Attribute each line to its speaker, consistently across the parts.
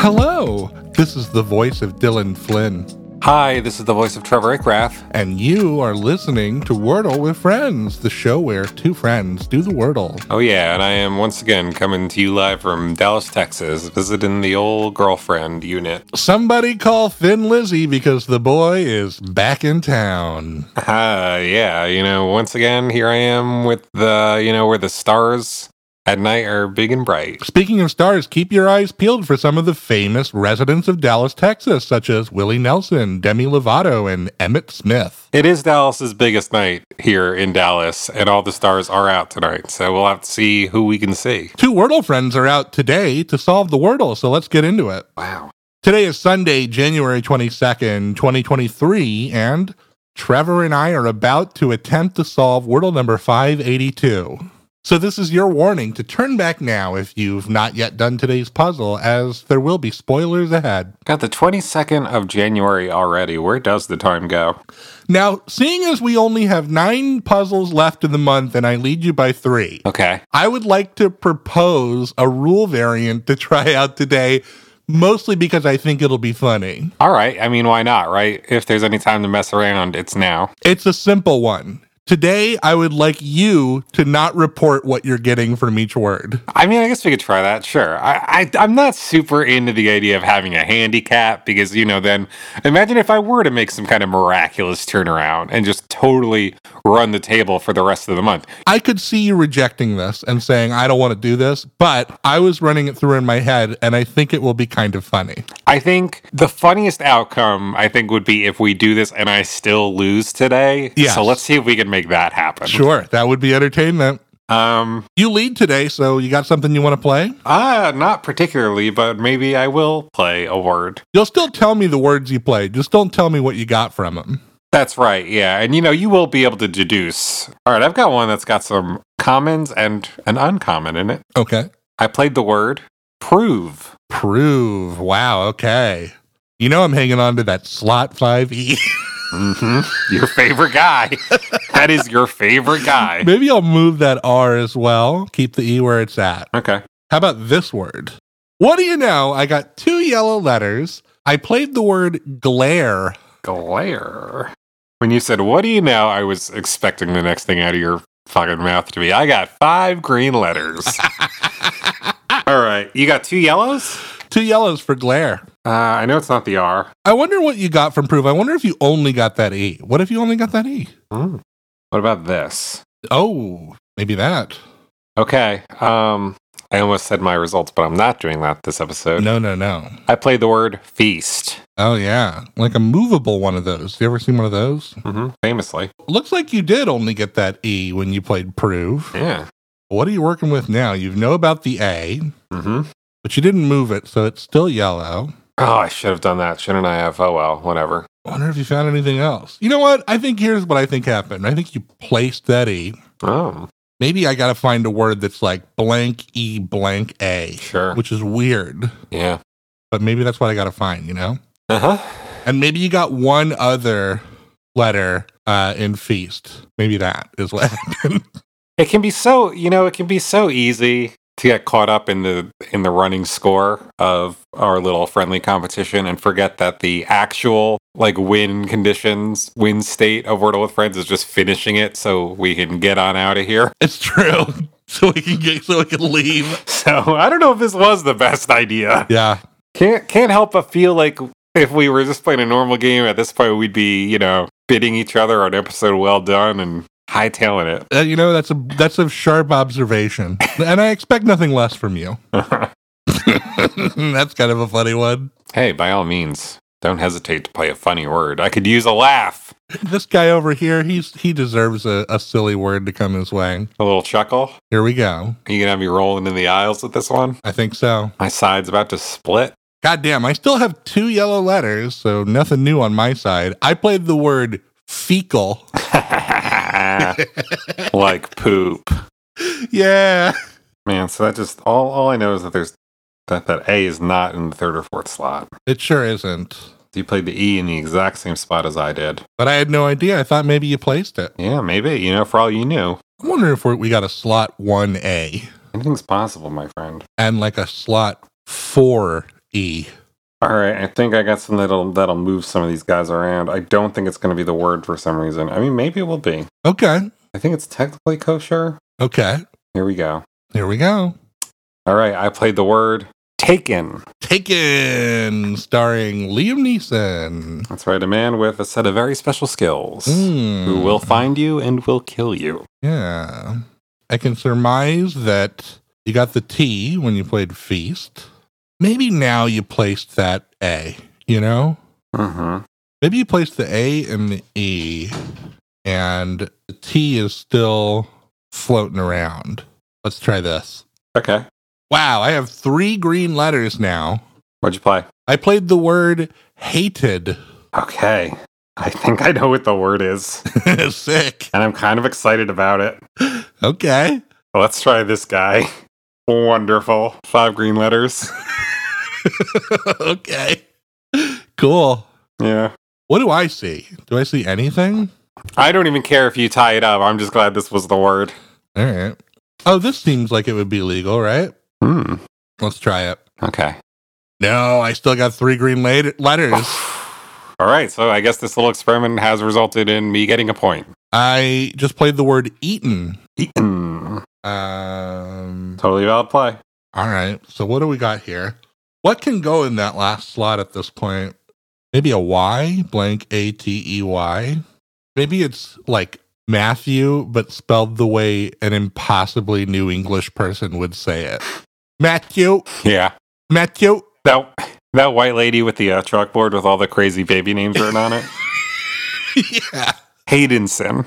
Speaker 1: Hello, this is the voice of Dylan Flynn,
Speaker 2: Hi, this is the voice of Trevor Ickrath.
Speaker 1: and you are listening to Wordle with Friends, the show where two friends do the Wordle.
Speaker 2: Oh, yeah, and I am once again coming to you live from Dallas, Texas, visiting the old girlfriend unit.
Speaker 1: Somebody call Finn Lizzie because the boy is back in town.
Speaker 2: Ah, yeah, you know, once again, here I am with the, you know, where the stars at night are big and bright.
Speaker 1: Speaking of stars, keep your eyes peeled for some of the famous residents of Dallas, Texas, such as Willie Nelson, Demi Lovato, and Emmett Smith.
Speaker 2: It is Dallas's biggest night here in Dallas, and all the stars are out tonight, so we'll have to see who we can see.
Speaker 1: Two Wordle friends are out today to solve the Wordle, so let's get into it.
Speaker 2: Wow.
Speaker 1: Today is Sunday, January 22nd, 2023, and Trevor and I are about to attempt to solve Wordle number 582. So, this is your warning to turn back now if you've not yet done today's puzzle, as there will be spoilers ahead.
Speaker 2: Got the 22nd of January already. Where does the time go?
Speaker 1: Now, seeing as we only have nine puzzles left in the month and I lead you by three,
Speaker 2: Okay.
Speaker 1: I would like to propose a rule variant to try out today, mostly because I think it'll be funny.
Speaker 2: All right. I mean, why not, right? If there's any time to mess around, it's now.
Speaker 1: It's a simple one. Today, I would like you to not report what you're getting from each word.
Speaker 2: I mean, I guess we could try that. Sure. I, I I'm not super into the idea of having a handicap because you know then imagine if I were to make some kind of miraculous turnaround and just totally run the table for the rest of the month.
Speaker 1: I could see you rejecting this and saying, I don't want to do this, but I was running it through in my head and I think it will be kind of funny.
Speaker 2: I think the funniest outcome I think would be if we do this and I still lose today.
Speaker 1: Yes.
Speaker 2: So let's see if we can make that happen.
Speaker 1: Sure, that would be entertainment.
Speaker 2: Um.
Speaker 1: You lead today, so you got something you want to play?
Speaker 2: Ah, not particularly, but maybe I will play a word.
Speaker 1: You'll still tell me the words you played, just don't tell me what you got from them.
Speaker 2: That's right, yeah. And you know, you will be able to deduce. All right, I've got one that's got some commons and an uncommon in it.
Speaker 1: Okay.
Speaker 2: I played the word prove.
Speaker 1: Prove. Wow, okay. You know I'm hanging on to that slot E. 5e.
Speaker 2: Mm-hmm. Your favorite guy. that is your favorite guy.
Speaker 1: Maybe I'll move that R as well, keep the E where it's at.
Speaker 2: Okay.
Speaker 1: How about this word? What do you know? I got two yellow letters. I played the word glare.
Speaker 2: Glare. When you said, What do you know? I was expecting the next thing out of your fucking mouth to be, I got five green letters. All right. You got two yellows?
Speaker 1: Two yellows for glare.
Speaker 2: Uh, I know it's not the R.
Speaker 1: I wonder what you got from proof. I wonder if you only got that E. What if you only got that E?
Speaker 2: Mm. What about this?
Speaker 1: Oh, maybe that.
Speaker 2: Okay. Um, I almost said my results, but I'm not doing that this episode.
Speaker 1: No, no, no.
Speaker 2: I played the word feast.
Speaker 1: Oh, yeah. Like a movable one of those. You ever seen one of those?
Speaker 2: hmm Famously.
Speaker 1: Looks like you did only get that E when you played proof.
Speaker 2: Yeah.
Speaker 1: What are you working with now? You know about the A,
Speaker 2: hmm
Speaker 1: but you didn't move it, so it's still yellow.
Speaker 2: Oh, I should have done that. Shouldn't I have? Oh, well, whatever.
Speaker 1: wonder if you found anything else. You know what? I think here's what I think happened. I think you placed that E.
Speaker 2: Oh,
Speaker 1: Maybe I got to find a word that's like blank E blank A,
Speaker 2: sure.
Speaker 1: which is weird,
Speaker 2: Yeah.
Speaker 1: but maybe that's what I got to find, you know?
Speaker 2: Uh huh.
Speaker 1: And maybe you got one other letter uh, in feast. Maybe that is what happened.
Speaker 2: It can be so, you know, it can be so easy to get caught up in the in the running score of our little friendly competition and forget that the actual like win conditions, win state of Wordle with Friends is just finishing it so we can get on out of here.
Speaker 1: it's true. So we can get, so we can leave.
Speaker 2: So I don't know if this was the best idea.
Speaker 1: Yeah.
Speaker 2: Can't can't help but feel like if we were just playing a normal game at this point, we'd be you know bidding each other on episode well done and hightailing it.
Speaker 1: Uh, you know that's a that's a sharp observation, and I expect nothing less from you. that's kind of a funny one.
Speaker 2: hey, by all means, don't hesitate to play a funny word. I could use a laugh,
Speaker 1: this guy over here, he's he deserves a, a silly word to come his way.
Speaker 2: a little chuckle.
Speaker 1: Here we go.
Speaker 2: Are you gonna have me rolling in the aisles with this one?
Speaker 1: I think so.
Speaker 2: My side's about to split.
Speaker 1: God damn, I still have two yellow letters, so nothing new on my side. I played the word fecal.
Speaker 2: like poop.
Speaker 1: yeah.
Speaker 2: Man, so that just all all I know is that there's that that A is not in the third or fourth slot.
Speaker 1: It sure isn't.
Speaker 2: You played the E in the exact same spot as I did.
Speaker 1: But I had no idea. I thought maybe you placed it.
Speaker 2: Yeah, maybe. You know, for all you knew,
Speaker 1: I wonder if we're, we got a slot 1A
Speaker 2: anything's possible, my friend.
Speaker 1: and like a slot 4 E.
Speaker 2: All right, I think I got some that'll that'll move some of these guys around. I don't think it's going to be the word for some reason. I mean, maybe it will be.
Speaker 1: Okay.
Speaker 2: I think it's technically kosher.
Speaker 1: Okay.
Speaker 2: Here we go.
Speaker 1: Here we go.
Speaker 2: All right, I played the word taken.
Speaker 1: Taken, starring Liam Neeson.
Speaker 2: That's right, a man with a set of very special skills
Speaker 1: Mm.
Speaker 2: who will find you and will kill you.
Speaker 1: Yeah. I can surmise that you got the T when you played Feast. Maybe now you placed that A, you know?
Speaker 2: Mm-hmm.
Speaker 1: Maybe you placed the A and the E, and the T is still floating around. Let's try this.
Speaker 2: Okay,
Speaker 1: Wow, I have three green letters now.
Speaker 2: what'd you play?
Speaker 1: I played the word hated.
Speaker 2: Okay, I think I know what the word is,
Speaker 1: Sick.
Speaker 2: and I'm kind of excited about it.
Speaker 1: Okay.
Speaker 2: Let's try this guy. Wonderful. Five green letters.
Speaker 1: okay. Cool.
Speaker 2: Yeah.
Speaker 1: What do I see? Do I see anything?
Speaker 2: I don't even care if you tie it up. I'm just glad this was the word.
Speaker 1: All right. Oh, this seems like it would be legal, right?
Speaker 2: Hmm.
Speaker 1: Let's try it.
Speaker 2: Okay.
Speaker 1: No, I still got three green la- letters.
Speaker 2: All right. So I guess this little experiment has resulted in me getting a point.
Speaker 1: I just played the word eaten.
Speaker 2: Mm,
Speaker 1: Um,
Speaker 2: totally valid play.
Speaker 1: all right. So what do we got here? What can go in that last slot at this point? Maybe a Y, blank A T E Y. Maybe it's like Matthew, but spelled the way an impossibly new English person would say it. Matthew,
Speaker 2: Yeah.
Speaker 1: Matthew.
Speaker 2: That that white lady with the uh, chalkboard with all the crazy baby names written on it.
Speaker 1: yeah.
Speaker 2: Haydenson.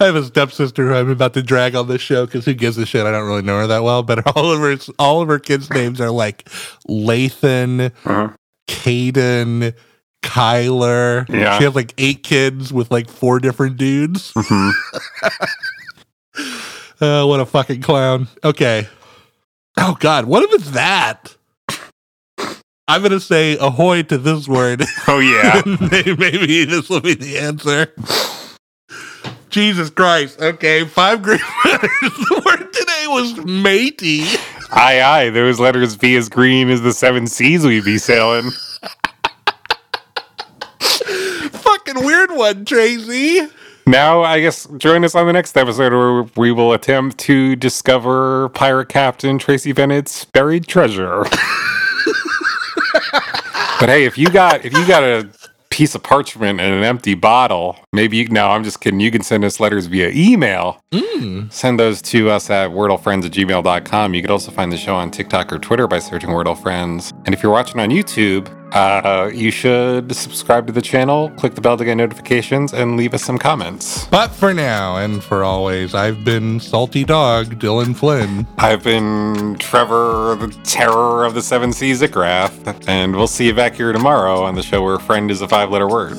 Speaker 1: I have a stepsister who I'm about to drag on this show because who gives a shit? I don't really know her that well, but all of her all of her kids' names are like Lathan,
Speaker 2: Mhm.
Speaker 1: Caden, Kyler.
Speaker 2: Yeah.
Speaker 1: She has like eight kids with like four different dudes.
Speaker 2: Mhm.
Speaker 1: Uh, what a fucking clown. Okay. Oh God, what if it's that? I'm gonna say ahoy to this word.
Speaker 2: Oh yeah.
Speaker 1: May- Maybe this will be the answer. Jesus Christ. Okay, five green letters. The word today was matey.
Speaker 2: aye aye. Those letters be as green as the seven seas we be sailing.
Speaker 1: Fucking weird one, Tracy.
Speaker 2: Now, I guess join us on the next episode where we will attempt to discover pirate captain Tracy Bennett's buried treasure. but hey, if you got if you got a piece of parchment and an empty bottle, maybe you no, I'm just kidding. You can send us letters via email. Send those to us at wordlefriends at gmail.com. You can also find the show on TikTok or Twitter by searching Wordlefriends. And if you're watching on YouTube, uh, you should subscribe to the channel, click the bell to get notifications, and leave us some comments.
Speaker 1: But for now and for always, I've been Salty Dog Dylan Flynn.
Speaker 2: I've been Trevor, the terror of the seven seas at Grath, and we'll see you back here tomorrow on the show where friend is a five letter word.